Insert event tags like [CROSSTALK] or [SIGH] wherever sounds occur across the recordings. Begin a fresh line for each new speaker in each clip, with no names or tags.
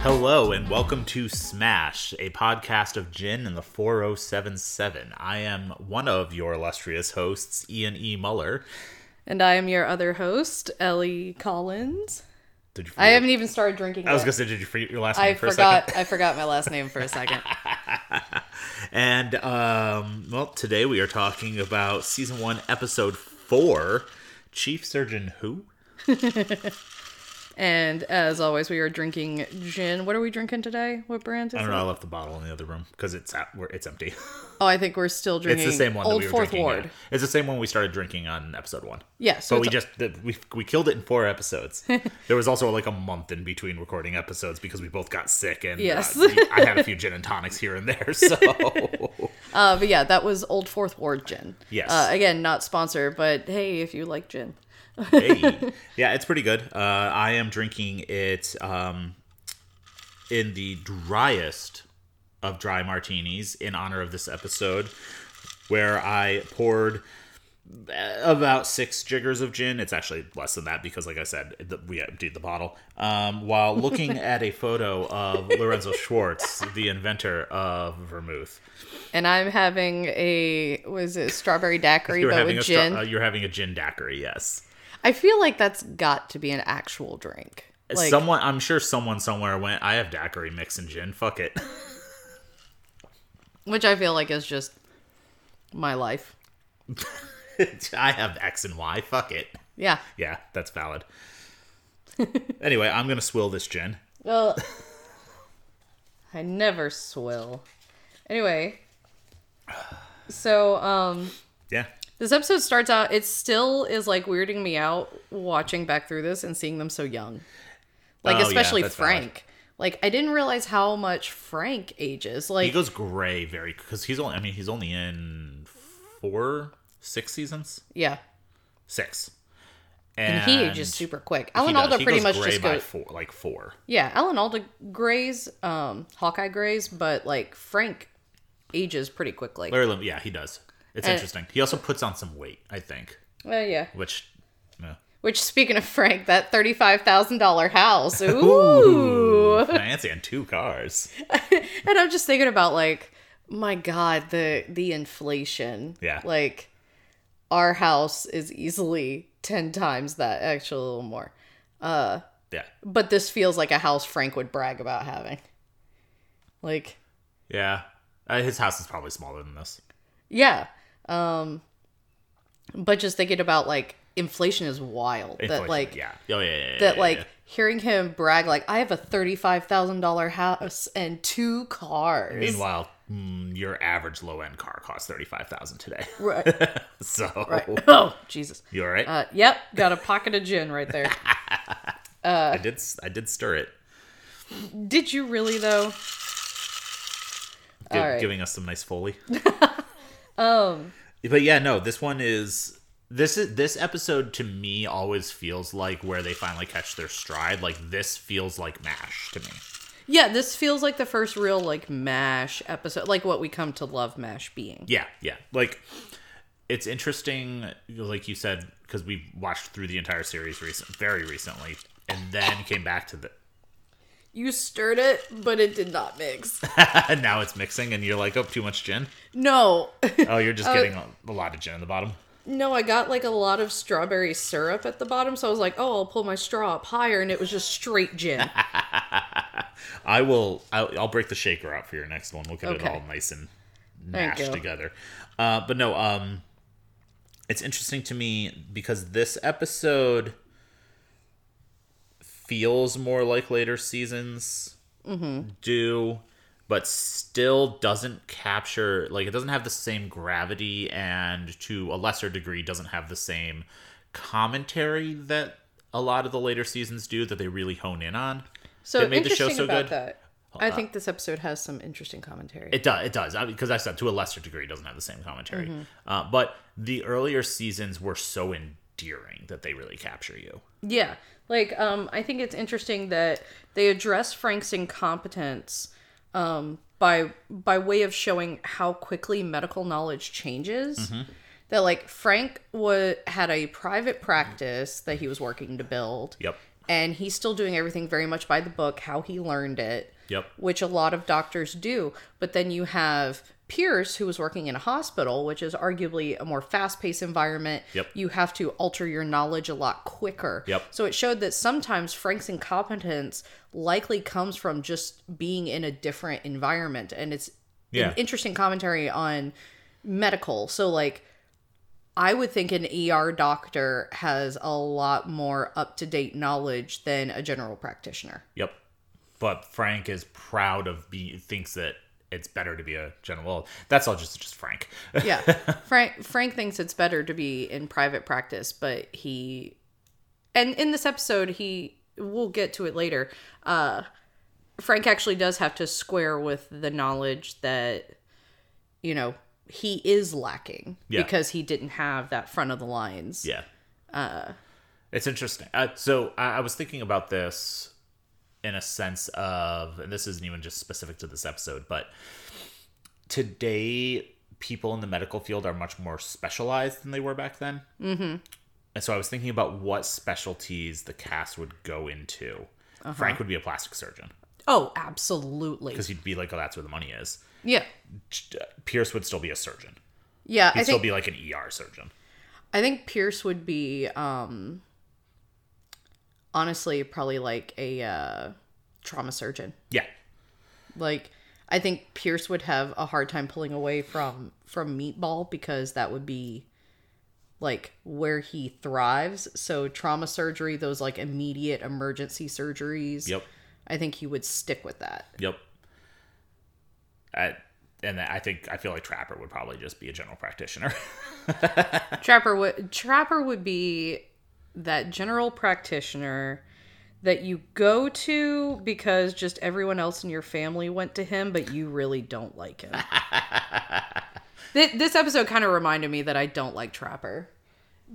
Hello and welcome to Smash, a podcast of Gin and the 4077. I am one of your illustrious hosts, Ian E. Muller.
And I am your other host, Ellie Collins.
Did you forget?
I haven't even started drinking.
I was
yet.
gonna say, did you forget your last name
I
for a
forgot. I forgot my last name for
[LAUGHS]
a second.
second? And um, well, today we are talking about season one, episode four, Chief Surgeon Who?
And as always, we are drinking gin. What are we drinking today? What brand is
I don't know.
it?
I left the bottle in the other room because it's at, we're- it's empty. [LAUGHS]
Oh, I think we're still
it's
drinking.
the same one
Old
that we were
Fourth
drinking.
Ward.
on- It's the same one we started drinking on episode one.
Yeah. So
but we
it's-
just the, we we killed it in four
[LAUGHS]
episodes. there was also like a month in between recording episodes because we both got sick and uh,
Yes.
we- I had a few gin and tonics here and there. [LAUGHS] So
uh, but yeah, that was Old Fourth Ward gin.
Yes.
Uh, again, not sponsored, but hey, if you like gin,
hey, yeah, it's pretty good. Uh, I am drinking it um, in the driest of dry martinis in honor of this episode, where I poured uh, about six jiggers of gin. It's actually less than that because, like I said, the, we emptied the bottle. Um, while looking at a photo of Lorenzo Schwartz, the inventor of vermouth,
and I'm having a was it strawberry daiquiri
you were
but
having
with
a
gin.
stra- uh, you're having a gin daiquiri. Yes,
I feel like that's got to be an actual drink. Like,
someone. I'm sure someone somewhere went. I have daiquiri mix and gin. Fuck it. [LAUGHS]
which I feel like is just my life.
I have X and Y. Fuck it.
Yeah.
Yeah, that's
[LAUGHS]
valid. anyway, I'm gonna swill this gin.
Well, I never swill. Anyway, so um,
Yeah,
this episode starts out. It still is like weirding me out watching back through this and seeing them so young, like
Oh, yeah,
especially
that's valid.
Frank. Like I didn't realize how much Frank ages.
he
Like
goes gray very because he's only. I mean, he's only in four, six seasons,
yeah,
six,
and he ages super quick. Alan
he does.
Alda
He
pretty
goes
much
gray
just
by
goes.
four, like four.
Yeah, Alan Alda grays, um, Hawkeye grays, but like Frank ages pretty quickly.
Larry, Lim- yeah, he does. It's
And-
interesting. He also puts on some weight, I think,
Well, yeah.
which. yeah.
Which, speaking of Frank, that thirty-five thousand dollar house. Ooh.
fancy and two cars.
and I'm just thinking about like, my God, the the inflation.
Yeah.
Like, our house is easily ten times that, actually a little more.
Yeah,
But this feels like a house Frank would brag about having. Like,
yeah. Uh, his house is probably smaller than this.
yeah. Um, but just thinking about like inflation is wild. that
Inflation,
like
yeah, oh yeah, yeah, yeah,
that
yeah,
like
yeah.
hearing him brag like i have a $35000 house and two cars
Meanwhile, mm, your average low end car costs thirty five thousand today. [LAUGHS]
right,
So
right.
[LAUGHS]
[LAUGHS] oh jesus
you all right?
uh, yep got a pocket of gin right
[LAUGHS]
there
I did. s- I did stir it,
did you really
gi-
though all right. Um,
giving us some nice
[LAUGHS]
foley. um, but yeah, no. This one is this is this episode to me always feels like where they finally catch their stride. Like this feels like Mash to me.
yeah this feels like the first real like mash episode like what we come to love mash being
Yeah, yeah. Like it's interesting, like you said, because we watched through the entire series recent, very recently, and then came back to the. [LAUGHS]
you stirred it but it did not mix
now it's mixing, and you're like, oh, too much gin.
no [LAUGHS]
Oh, you're just getting a, a lot of gin in the bottom.
no i got like a lot of strawberry syrup at the bottom so i was like oh i'll pull my straw up higher and it was just
[LAUGHS]
straight gin
I will. I'll, I'll break the shaker out for your next one. We'll get it
Okay.
all nice and
Thank
mashed
you.
together. Uh, but no, um, it's interesting to me because this episode feels more like later seasons
Mm-hmm.
do, but still doesn't capture. Like it doesn't have the same gravity, and to a lesser degree, doesn't have the same commentary that a lot of the later seasons do that they really hone in on.
So
that made the show
interesting
so
about
good?
that. I think this episode has some interesting commentary.
It does. It does. Because I, said to a lesser degree, it doesn't have the same commentary. Uh, but the earlier seasons were so endearing that they really capture you.
yeah, like um, I think it's interesting that they address Frank's incompetence um, by by way of showing how quickly medical knowledge changes.
Mm-hmm.
That like Frank wa had a private practice that he was working to build.
Yep.
and he's still doing everything very much by the book, how he learned it,
Yep.
which a lot of doctors do. But then you have Pierce, who was working in a hospital, which is arguably a more fast paced environment.
Yep.
You have to alter your knowledge a lot quicker.
Yep.
So it showed that sometimes Frank's incompetence likely comes from just being in a different environment. And it's
Yeah.
an interesting commentary on medical. So, like, I would think an ER doctor has a lot more up to date knowledge than a general practitioner.
Yep. But Frank is proud of be thinks that it's better to be a general. Well, that's all just just Frank.
Yeah.
[LAUGHS]
Frank Frank thinks it's better to be in private practice, but he and in this episode he we'll get to it later. Uh Frank actually does have to square with the knowledge that you know, he is lacking
Yeah.
because he didn't have that front of the lines.
Yeah. Uh, it's interesting. Uh, so I, I was thinking about this in a sense of, and this isn't even just specific to this episode, but today people in the medical field are much more specialized than they were back then. Mm-hmm. And so I was thinking about what specialties the cast would go into. Frank would be a plastic surgeon
Oh, absolutely.
because he'd be like, oh, that's where the money is. uh,
Yeah.
Pierce would still be a surgeon.
Yeah,
He'd
I
still
think
be like an ER surgeon.
I think Pierce would be um honestly probably like a uh trauma surgeon.
Yeah.
Like I think Pierce would have a hard time pulling away from from Meatball because that would be like where he thrives. So trauma surgery, those like immediate emergency surgeries.
Yep.
I think he would stick with that.
Yep. I, and I think I feel like Trapper would probably just be a general practitioner.
[LAUGHS]
[LAUGHS]
Trapper would Trapper would be that general practitioner that you go to because just everyone else in your family went to him, but you really don't like him. Th- this episode kind of reminded me that I don't like Trapper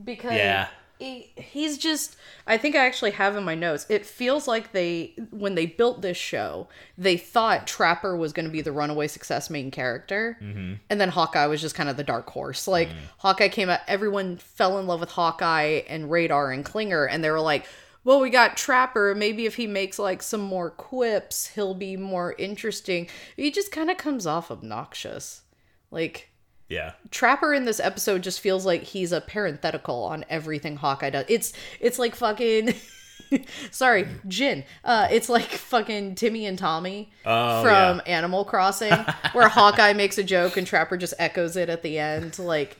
because
Yeah.
he, he's just. I think I actually have in my notes. It feels like they when they built this show, they thought Trapper was going to be the runaway success main character, and then Hawkeye was just kind of the dark horse. Like Hawkeye came out, everyone fell in love with Hawkeye and Radar and Klinger, and they were like. Well, we got Trapper. Maybe if he makes like some more quips, he'll be more interesting. He just kind of comes off obnoxious. Like,
yeah.
Trapper in this episode just feels like he's a parenthetical on everything Hawkeye does. It's it's like fucking [LAUGHS] sorry, Jin. Uh it's like fucking Timmy and Tommy
Oh,
from Animal Crossing where Hawkeye makes a joke and Trapper just echoes it at the end like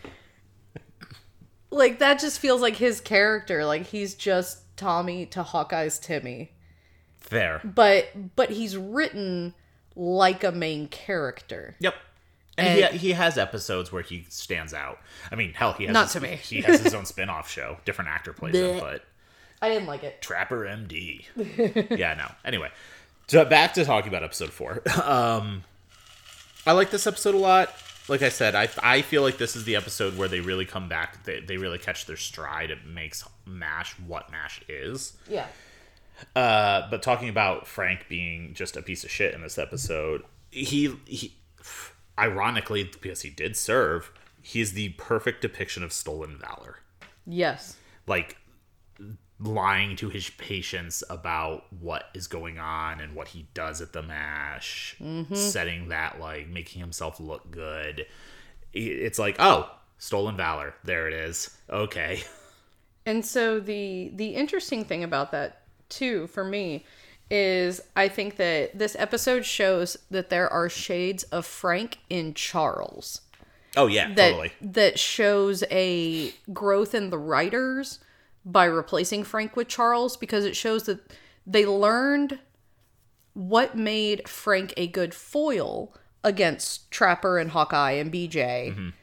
like that just feels like his character like he's just Tommy to Hawkeye's Timmy.
Fair.
But but he's written like a main character.
Yep. And,
And-
he, he has episodes where he stands out. I mean, hell, he has
Not
his,
to me.
he has
[LAUGHS]
his own spin-off show. Different actor plays him,
Bleh.
but
I didn't like it.
Trapper MD.
[LAUGHS]
yeah, no. Anyway, so back to talking about episode four. [LAUGHS] Um, I like this episode a lot. Like I said, I, I feel like this is the episode where they really come back. They, they really catch their stride. It makes MASH what MASH is.
Yeah.
Uh, but talking about Frank being just a piece of shit in this episode, he, he ironically, because he did serve, he's the perfect depiction of stolen valor
Yes.
like lying to his patients about what is going on and what he does at the mash setting that like making himself look good I- it's like oh stolen valor there it is okay [LAUGHS]
And so the the interesting thing about that too for me is I think that this episode shows that there are shades of Frank in Charles
oh yeah
that
totally
that shows a growth in the writers by replacing Frank with Charles because it shows that they learned what made Frank a good foil against Trapper and Hawkeye and BJ. Um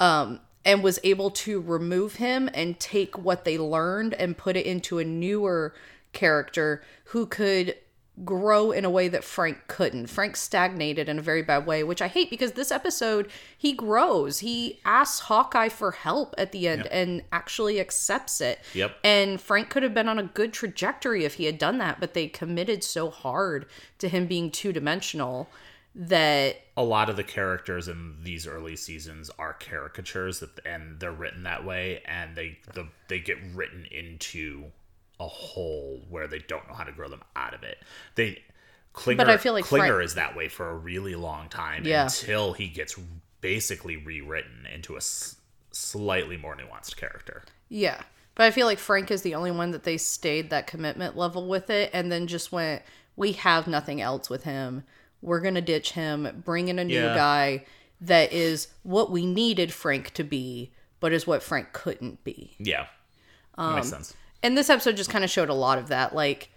and was able to remove him and take what they learned and put it into a newer character who could grow in a way that Frank couldn't. Frank stagnated in a very bad way, which I hate because this episode he grows. He asks Hawkeye for help at the end and actually accepts it.
Yep.
And Frank could have been on a good trajectory if he had done that, but they committed so hard to him being two dimensional that
a lot of the characters in these early seasons are caricatures that- and they're written that way and they the, they get written into a hole where they don't know how to grow them out of it. They Klinger,
But I feel like
Klinger
Frank-
is that way for a really long time
Yeah.
until he gets basically rewritten into a s- slightly more nuanced character.
Yeah. But I feel like Frank is the only one that they stayed that commitment level with it and then just went, we have nothing else with him. We're going to ditch him, bring in a new
Yeah.
guy that is what we needed Frank to be, but is what Frank couldn't be.
Yeah, that
Um,
makes sense.
And this episode just kind of showed a lot of that. Like,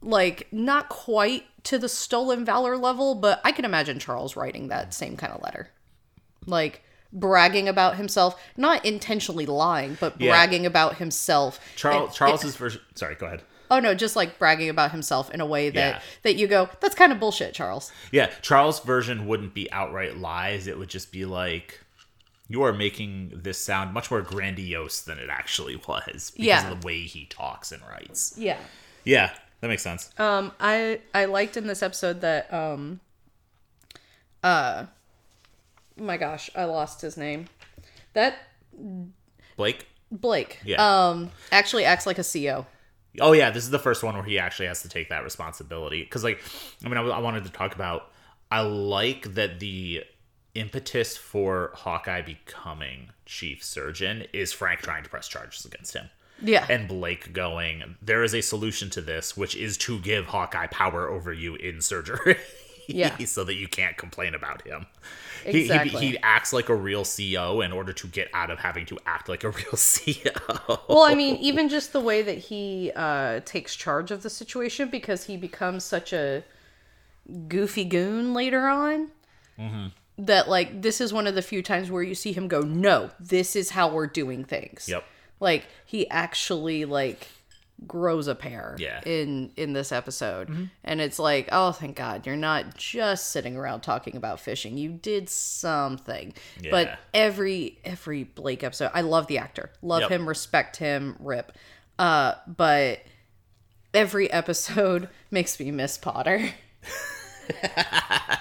like not quite to the stolen valor level, but I can imagine Charles writing that same kind of letter. Like bragging about himself, not intentionally lying, but
Yeah.
bragging about himself.
Charles
And-
Charles's version. Sorry, go ahead.
Oh no, just like bragging about himself in a way that
Yeah.
that you go, that's kind of bullshit, Charles.
Yeah, Charles' version wouldn't be outright lies. It would just be like, you are making this sound much more grandiose than it actually was because
Yeah.
of the way he talks and writes.
Yeah.
Yeah, that makes sense.
Um I I liked in this episode that um uh my gosh, I lost his name. That
Blake?
Blake
Yeah.
um actually acts like a E CO.
Oh, yeah, this is the first one where he actually has to take that responsibility. Because, like, I mean, I, I wanted to talk about, I like that the impetus for Hawkeye becoming chief surgeon is Frank trying to press charges against him.
Yeah.
and Blake going, there is a solution to this, which is to give Hawkeye power over you in surgery.
Yeah.
[LAUGHS] so that you can't complain about him. He- He,
Exactly.
he, acts like a real CO in order to get out of having to act like a [LAUGHS] real E CO.
well, I mean, even just the way that he uh takes charge of the situation because he becomes such a goofy goon later on.
Mm-hmm.
That like this is one of the few times where you see him go, no, this is how we're doing things.
yep.
like he actually like grows a pair
Yeah. Mm-hmm.
in in this episode and it's like oh thank god you're not just sitting around talking about fishing you did something
Yeah.
but every every blake episode i love the actor love
Yep.
him respect him rip uh but every episode [LAUGHS] makes me miss potter [LAUGHS]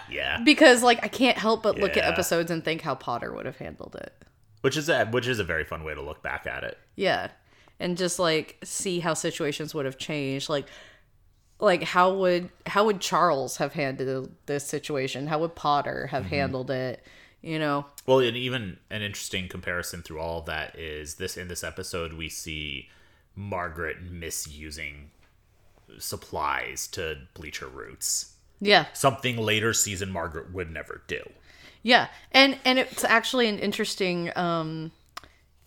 Yeah.
because like i can't help but look at
Yeah.
episodes and think how potter would have handled it
Which is a which is a very fun way to look back at it.
Yeah. And just like see how situations would have changed. Like like how would how would Charles have handled this situation? How would Potter have
Mm-hmm.
handled it? You know?
Well, and even an interesting comparison through all of that is this in this episode we see Margaret misusing supplies to bleach her roots.
Yeah.
something later season Margaret would never do.
Yeah. And and it's actually an interesting um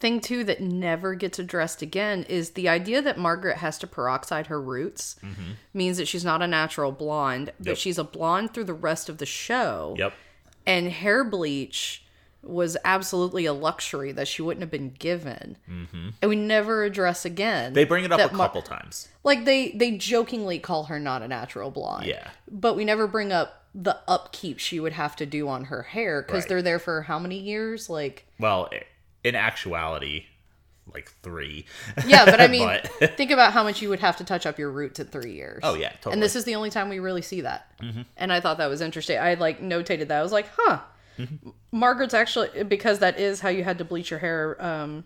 thing too that never gets addressed again is the idea that Margaret has to peroxide her roots means that she's not a natural blonde, but
Mm-hmm. Yep.
she's a blonde through the rest of the show.
Yep.
and hair bleach was absolutely a luxury that she wouldn't have been given and we never address again
Mm-hmm. They bring it up
that
a
Mar-
couple times.
like they they jokingly call her not a natural blonde
Yeah.
but we never bring up the upkeep she would have to do on her hair because
Right.
they're there for how many years like
Well, i- in actuality, like three.
yeah but
[LAUGHS]
i mean
But-
[LAUGHS] think about how much you would have to touch up your roots in three years
Oh, yeah, totally. Mm-hmm.
and this is the only time we really see that and i thought that was interesting i like notated that i was like huh
Mm-hmm.
margaret's actually because that is how you had to bleach your hair um,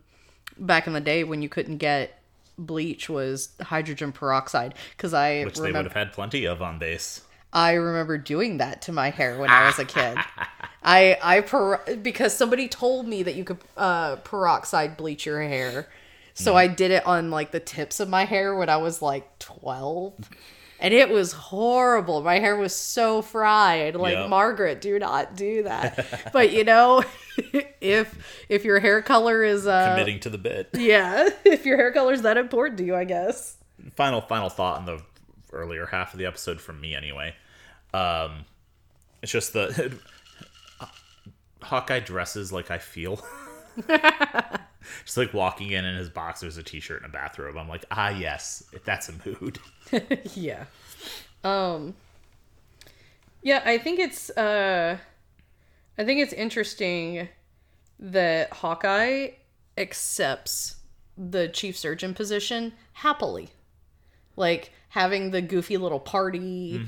back in the day when you couldn't get bleach was hydrogen peroxide because i
Which they would
remember
have had plenty of on base.
i remember doing that to my hair when i was a kid i i per- because somebody told me that you could uh, peroxide bleach your hair so i did it on like the tips of my hair when i was like 12 and it was horrible my hair was so fried like
Yep.
margaret do not do that but you know [LAUGHS] if if your hair color is uh
Committing to the bit.
yeah [LAUGHS] if your hair color is that important to you i guess
Final, final thought on the earlier half of the episode from me, anyway. Um, it's just the [LAUGHS] Hawkeye dresses like I feel. just like walking in in his boxers, a t-shirt, and a bathrobe. I'm like, ah, yes, that's a mood. [LAUGHS]
yeah um yeah i think it's uh i think it's interesting that hawkeye accepts the chief surgeon position happily like having the goofy little party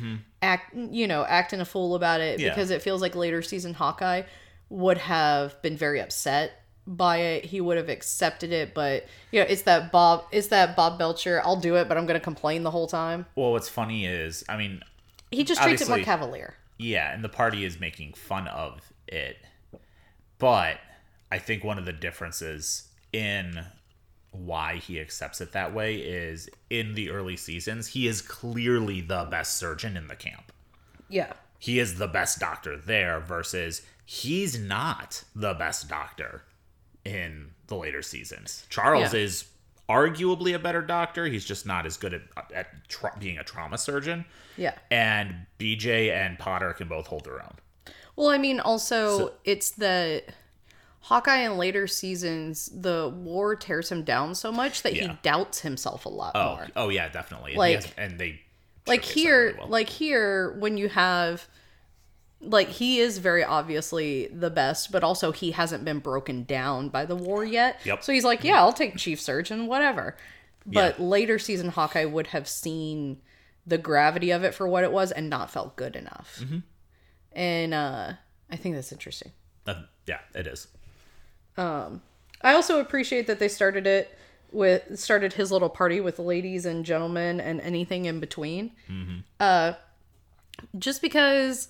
act you know acting a fool about it
Yeah.
because it feels like later season hawkeye would have been very upset by it, he would have accepted it. But you know, it's that Bob, it's that Bob Belcher. I'll do it, but I'm going to complain the whole time.
Well, what's funny is, I mean,
He just treats it more
Obviously.
cavalier.
yeah, and the party is making fun of it. But I think one of the differences in why he accepts it that way is in the early seasons, he is clearly the best surgeon in the camp.
Yeah.
He is the best doctor there versus he's not the best doctor in the later seasons. Charles
Yeah.
is arguably a better doctor. He's just not as good at, at tra- being a trauma surgeon.
Yeah.
And BJ and Potter can both hold their own.
Well, I mean, also it's the Hawkeye in later seasons. The war tears him down so much that
Yeah.
he doubts himself a lot
Oh,
more.
oh yeah, definitely. And he
Like-
has- and they
like
showcase that
here,
really well.
like here, when you have, like he is very obviously the best, but also he hasn't been broken down by the war yet.
Yep.
So he's like, yeah, I'll take chief surgeon, whatever. But later season Hawkeye would have seen the gravity of it for what it was and not felt good enough.
Mm-hmm.
And uh, I think that's interesting.
uh, yeah, it is.
I also appreciate that they started it with started his little party with ladies and gentlemen and anything in between.
Mm-hmm.
Uh, just because,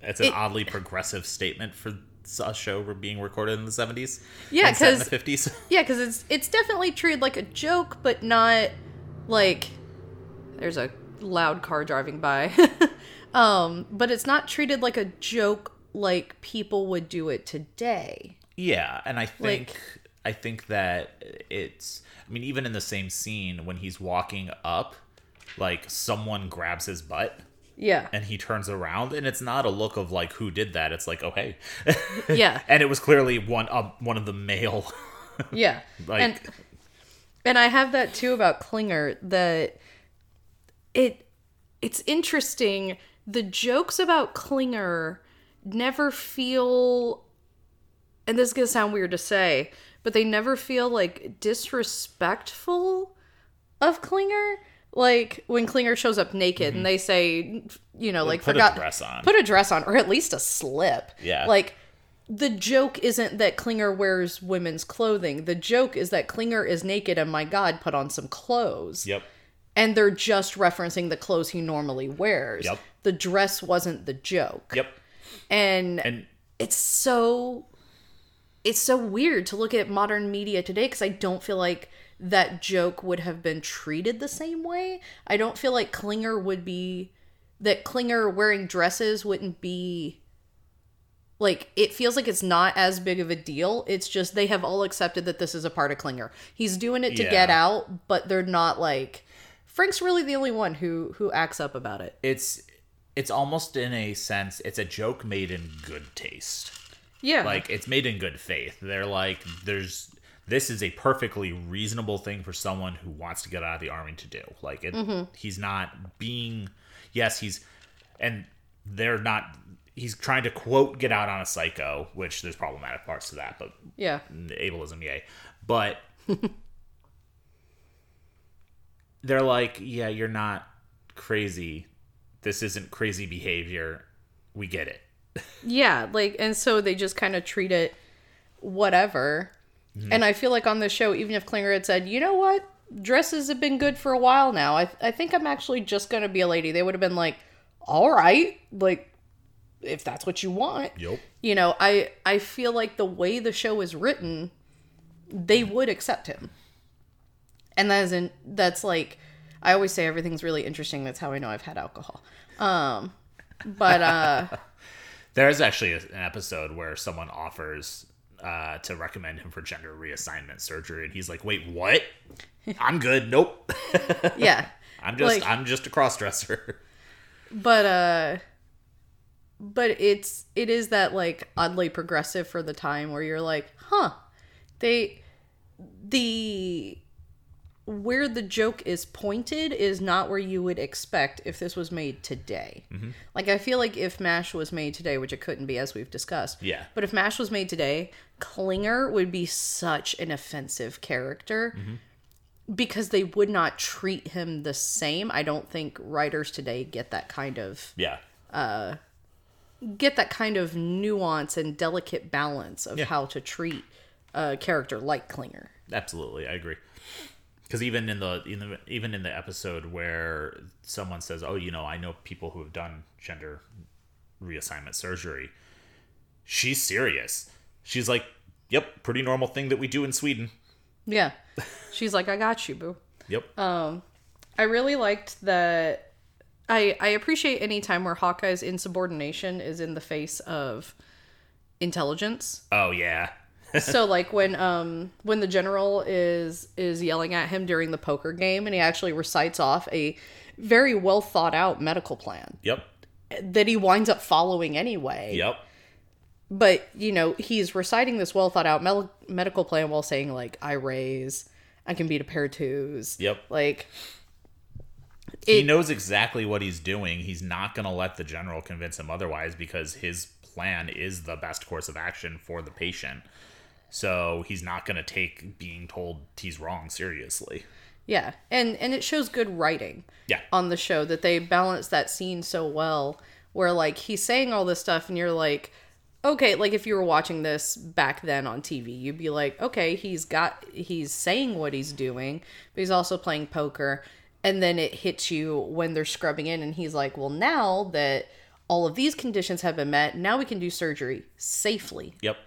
It's an oddly progressive statement for a show we're being recorded in the 70s.
Yeah,
and set in
'cause-
the 50s.
yeah, because it's it's definitely treated like a joke, but not like there's a loud car driving by. [LAUGHS] um, but it's not treated like a joke like people would do it today.
[LAUGHS] Yeah, and I think
Like-
I think that it's I mean even in the same scene when he's walking up like someone grabs his butt
Yeah,
and he turns around and it's not a look of like who did that it's like oh hey [LAUGHS]
yeah,
and it was clearly one of one of the male [LAUGHS]
yeah.
like
and And I have that too about Klinger that it it's interesting the jokes about Klinger never feel and this is going to sound weird to say, but they never feel like disrespectful of Klinger. Like when Klinger shows up naked and they say, you know, like
Mm-hmm. put a
forgot
dress on.
put a dress on or at least a slip.
Yeah.
Like the joke isn't that Klinger wears women's clothing. The joke is that Klinger is naked and my God, put on some clothes.
yep
And they're just referencing the clothes he normally wears.
Yep.
The dress wasn't the joke.
yep
And,
and
it's so it's so weird to look at modern media today because I don't feel like that joke would have been treated the same way. I don't feel like Klinger would be that Klinger wearing dresses wouldn't be like it feels like it's not as big of a deal. It's just they have all accepted that this is a part of Klinger. He's doing it to get
Yeah.
out, but they're not like Frank's really the only one who who acts up about it.
it's it's almost in a sense it's a joke made in good taste
Yeah.
like it's made in good faith they're like there's this is a perfectly reasonable thing for someone who wants to get out of the army to do like it, he's not being yes he's and they're not he's trying to quote get out on a psycho which there's problematic parts to that but
yeah.
ableism yay but [LAUGHS] they're like yeah you're not crazy this isn't crazy behavior we get it
Yeah, like and so they just kind of treat it whatever. And I feel like on this show, even if Klinger had said, you know what, dresses have been good for a while now. I I think I'm actually just gonna be a lady. They would have been like, all right, like if that's what you want.
yep
You know, I I feel like the way the show is written, they would accept him. And that isn't that's like I always say everything's really interesting. That's how I know I've had alcohol. Um, but uh,
There is actually a- an episode where someone offers uh, to recommend him for gender reassignment surgery, and he's like, "Wait, what? I'm good. Nope. [LAUGHS]
yeah.
I'm just
Like-
I'm just a crossdresser." [LAUGHS]
but uh but it's it is that like oddly progressive for the time where you're like huh they the where the joke is pointed is not where you would expect if this was made today like i feel like if mash was made today which it couldn't be as we've discussed
Yeah.
but if mash was made today klinger would be such an offensive character because they would not treat him the same. I don't think writers today get that kind of
Yeah.
get that kind of nuance and delicate balance of how to treat uh, character like Klinger.
Absolutely, I agree. Because even in the, in the even in the episode where someone says, "Oh, you know, I know people who have done gender reassignment surgery," she's serious. She's like, "Yep, pretty normal thing that we do in Sweden."
Yeah. She's like, I got you, boo.
Yep.
I really liked that. I I appreciate any time where Hawkeye's insubordination is in the face of intelligence.
oh yeah,
so like when um when the general is is yelling at him during the poker game and he actually recites off a very well thought out medical plan
yep,
that he winds up following anyway.
yep,
But, you know, he's reciting this well thought out mel- medical plan while saying like I raise, I can beat a pair of twos.
yep.
Like
he
It-
knows exactly what he's doing. He's not going to let the general convince him otherwise because his plan is the best course of action for the patient. So he's not going to take being told he's wrong seriously.
yeah. And and it shows good writing.
Yeah.
on the show that they balance that scene so well where like he's saying all this stuff and you're like okay like if you were watching this back then on tv you'd be like okay he's got he's saying what he's doing but he's also playing poker and then it hits you when they're scrubbing in and he's like well now that all of these conditions have been met now we can do surgery safely
Yep.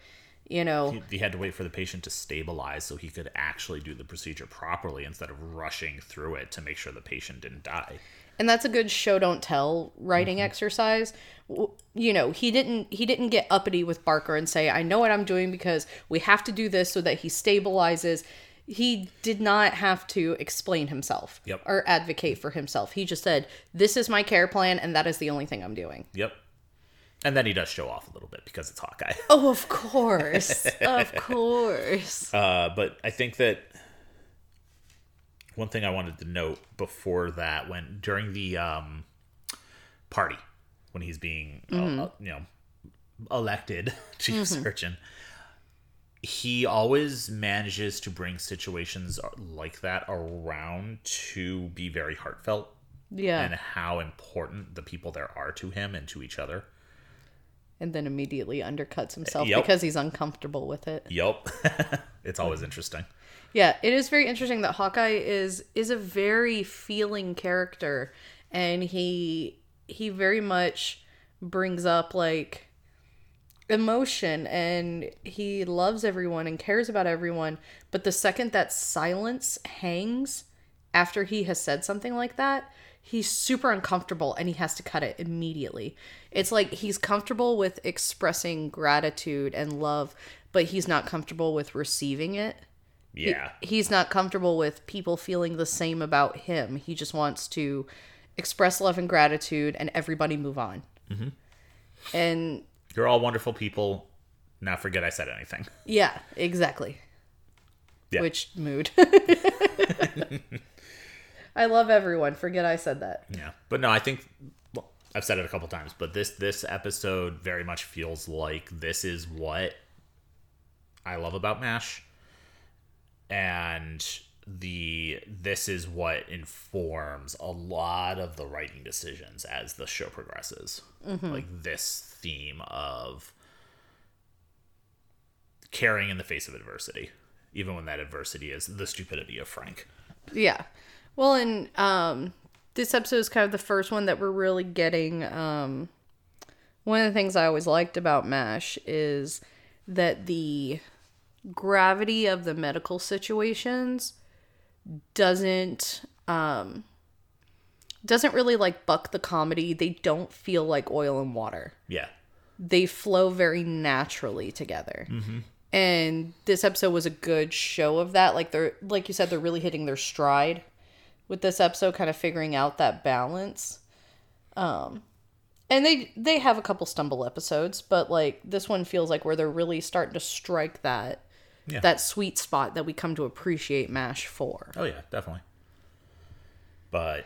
you know
He- He had to wait for the patient to stabilize so he could actually do the procedure properly instead of rushing through it to make sure the patient didn't die.
and that's a good show don't tell
Mm-hmm.
writing exercise. W exercise you know he didn't he didn't get uppity with barker and say i know what i'm doing because we have to do this so that he stabilizes he did not have to explain himself
Yep.
or advocate for himself he just said this is my care plan and that is the only thing i'm doing
Yep. And then he does show off a little bit because it's Hawkeye. [LAUGHS]
oh of course of course
Uh, but I think that one thing I wanted to note before that, when during the um, party, when he's being uh, uh, you know elected [LAUGHS] chief surgeon, he always manages to bring situations like that around to be very heartfelt
yeah
and how important the people there are to him and to each other.
and then immediately undercuts himself
Yep.
because he's uncomfortable with it
Yup, [LAUGHS] it's always interesting.
Yeah, it is very interesting that Hawkeye is is a very feeling character and he he very much brings up like emotion and he loves everyone and cares about everyone, but the second that silence hangs after he has said something like that, he's super uncomfortable and he has to cut it immediately. It's like he's comfortable with expressing gratitude and love, but he's not comfortable with receiving it
Yeah,
he's not comfortable with people feeling the same about him. He just wants to express love and gratitude and everybody move on. And
you're all wonderful people. Now forget I said anything.
yeah, exactly.
Yeah.
Which mood? [LAUGHS] I love everyone. Forget I said that.
Yeah, but no, I think well, I've said it a couple times, but this this episode very much feels like this is what I love about Mash, and the this is what informs a lot of the writing decisions as the show progresses. Like this theme of caring in the face of adversity, even when that adversity is the stupidity of Frank.
Yeah. Well, and um, this episode is kind of the first one that we're really getting. Um, one of the things I always liked about MASH is that the gravity of the medical situations doesn't um, doesn't really like buck the comedy. They don't feel like oil and water
Yeah,
they flow very naturally together. And this episode was a good show of that. Like they're like you said, they're really hitting their stride with this episode, kind of figuring out that balance. Um and they they have a couple stumble episodes, but like this one feels like where they're really starting to strike that
Yeah.
that sweet spot that we come to appreciate MASH for.
Oh yeah, definitely. But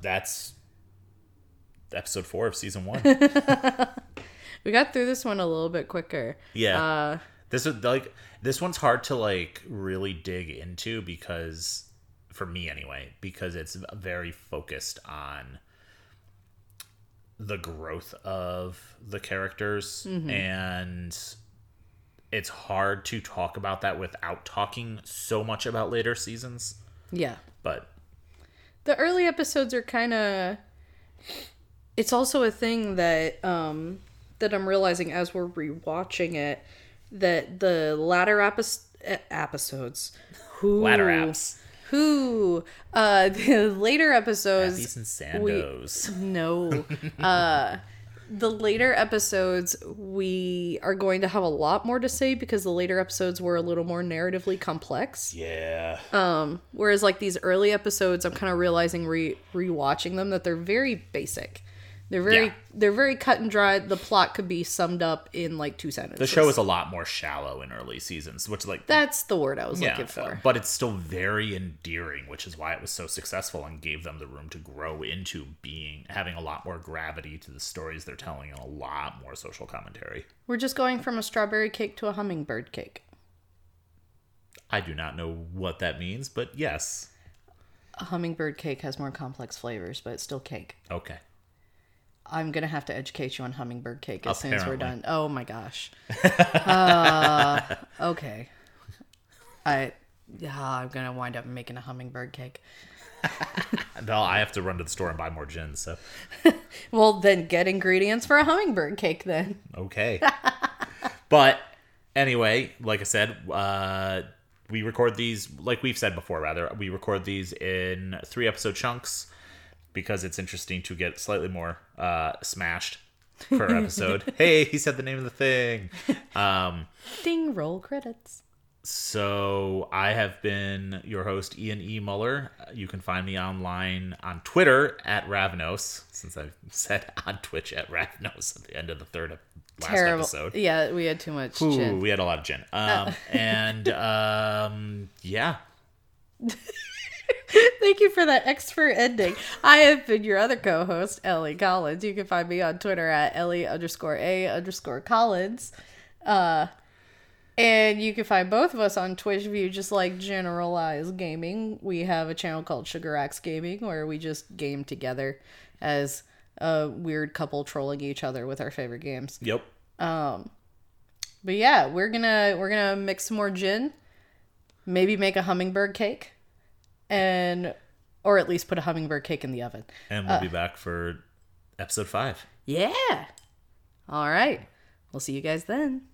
that's episode four of season one.
We got through this one a little bit quicker.
yeah. this is like this one's hard to like really dig into because for me anyway, because it's very focused on the growth of the characters and it's hard to talk about that without talking so much about later seasons.
Yeah.
But
The early episodes are kind of. It's also a thing that um, that I'm realizing as we're rewatching it that the latter epis- e- episodes, who
ladder apps,
who uh, the later episodes
These and Sandos.
No. uh the later episodes we are going to have a lot more to say because the later episodes were a little more narratively complex.
Yeah.
Whereas like these early episodes I'm kind of realizing re rewatching them that they're very basic. They're very
Yeah.
they're very cut and dry. The plot could be summed up in like two sentences.
the show is a lot more shallow in early seasons, which like
That's the word I was
yeah,
looking for.
but it's still very endearing, which is why it was so successful and gave them the room to grow into being having a lot more gravity to the stories they're telling and a lot more social commentary.
We're just going from a strawberry cake to a hummingbird cake.
I do not know what that means, but yes.
A hummingbird cake has more complex flavors, but it's still cake.
Okay.
I'm gonna have to educate you on hummingbird cake as soon as we're
Apparently.
done. Oh
[LAUGHS]
my gosh. uh, okay. I yeah, I'm gonna wind up making a hummingbird cake.
Well, I have to run to the store and buy more gin, so
Well, then get ingredients for a hummingbird cake. Then
okay. but anyway, like I said, uh, we record these, like we've said before, rather, we record these in three episode chunks because it's interesting to get slightly more uh, smashed per episode. hey, he said the name of the thing. Um,
ding roll credits.
So I have been your host, Ian E. Muller. You can find me online on Twitter at Ravnos, since I [LAUGHS] said on Twitch at Ravnos at the end of the third ep- last
Terrible.
episode.
Yeah, we had too much
Ooh,
gin.
we had a lot of gin. Um, and um, yeah,
[LAUGHS] Thank you for that expert ending. I have been your other co-host, Ellie Collins. You can find me on Twitter at Ellie underscore A underscore Collins. Uh and you can find both of us on Twitch if you just like generalized gaming. We have a channel called Sugar Axe Gaming where we just game together as a weird couple trolling each other with our favorite games.
yep.
But yeah, we're gonna we're gonna mix some more gin, maybe make a hummingbird cake, and or at least put a hummingbird cake in the oven.
And we'll be back for episode five.
Yeah. All right. We'll see you guys then.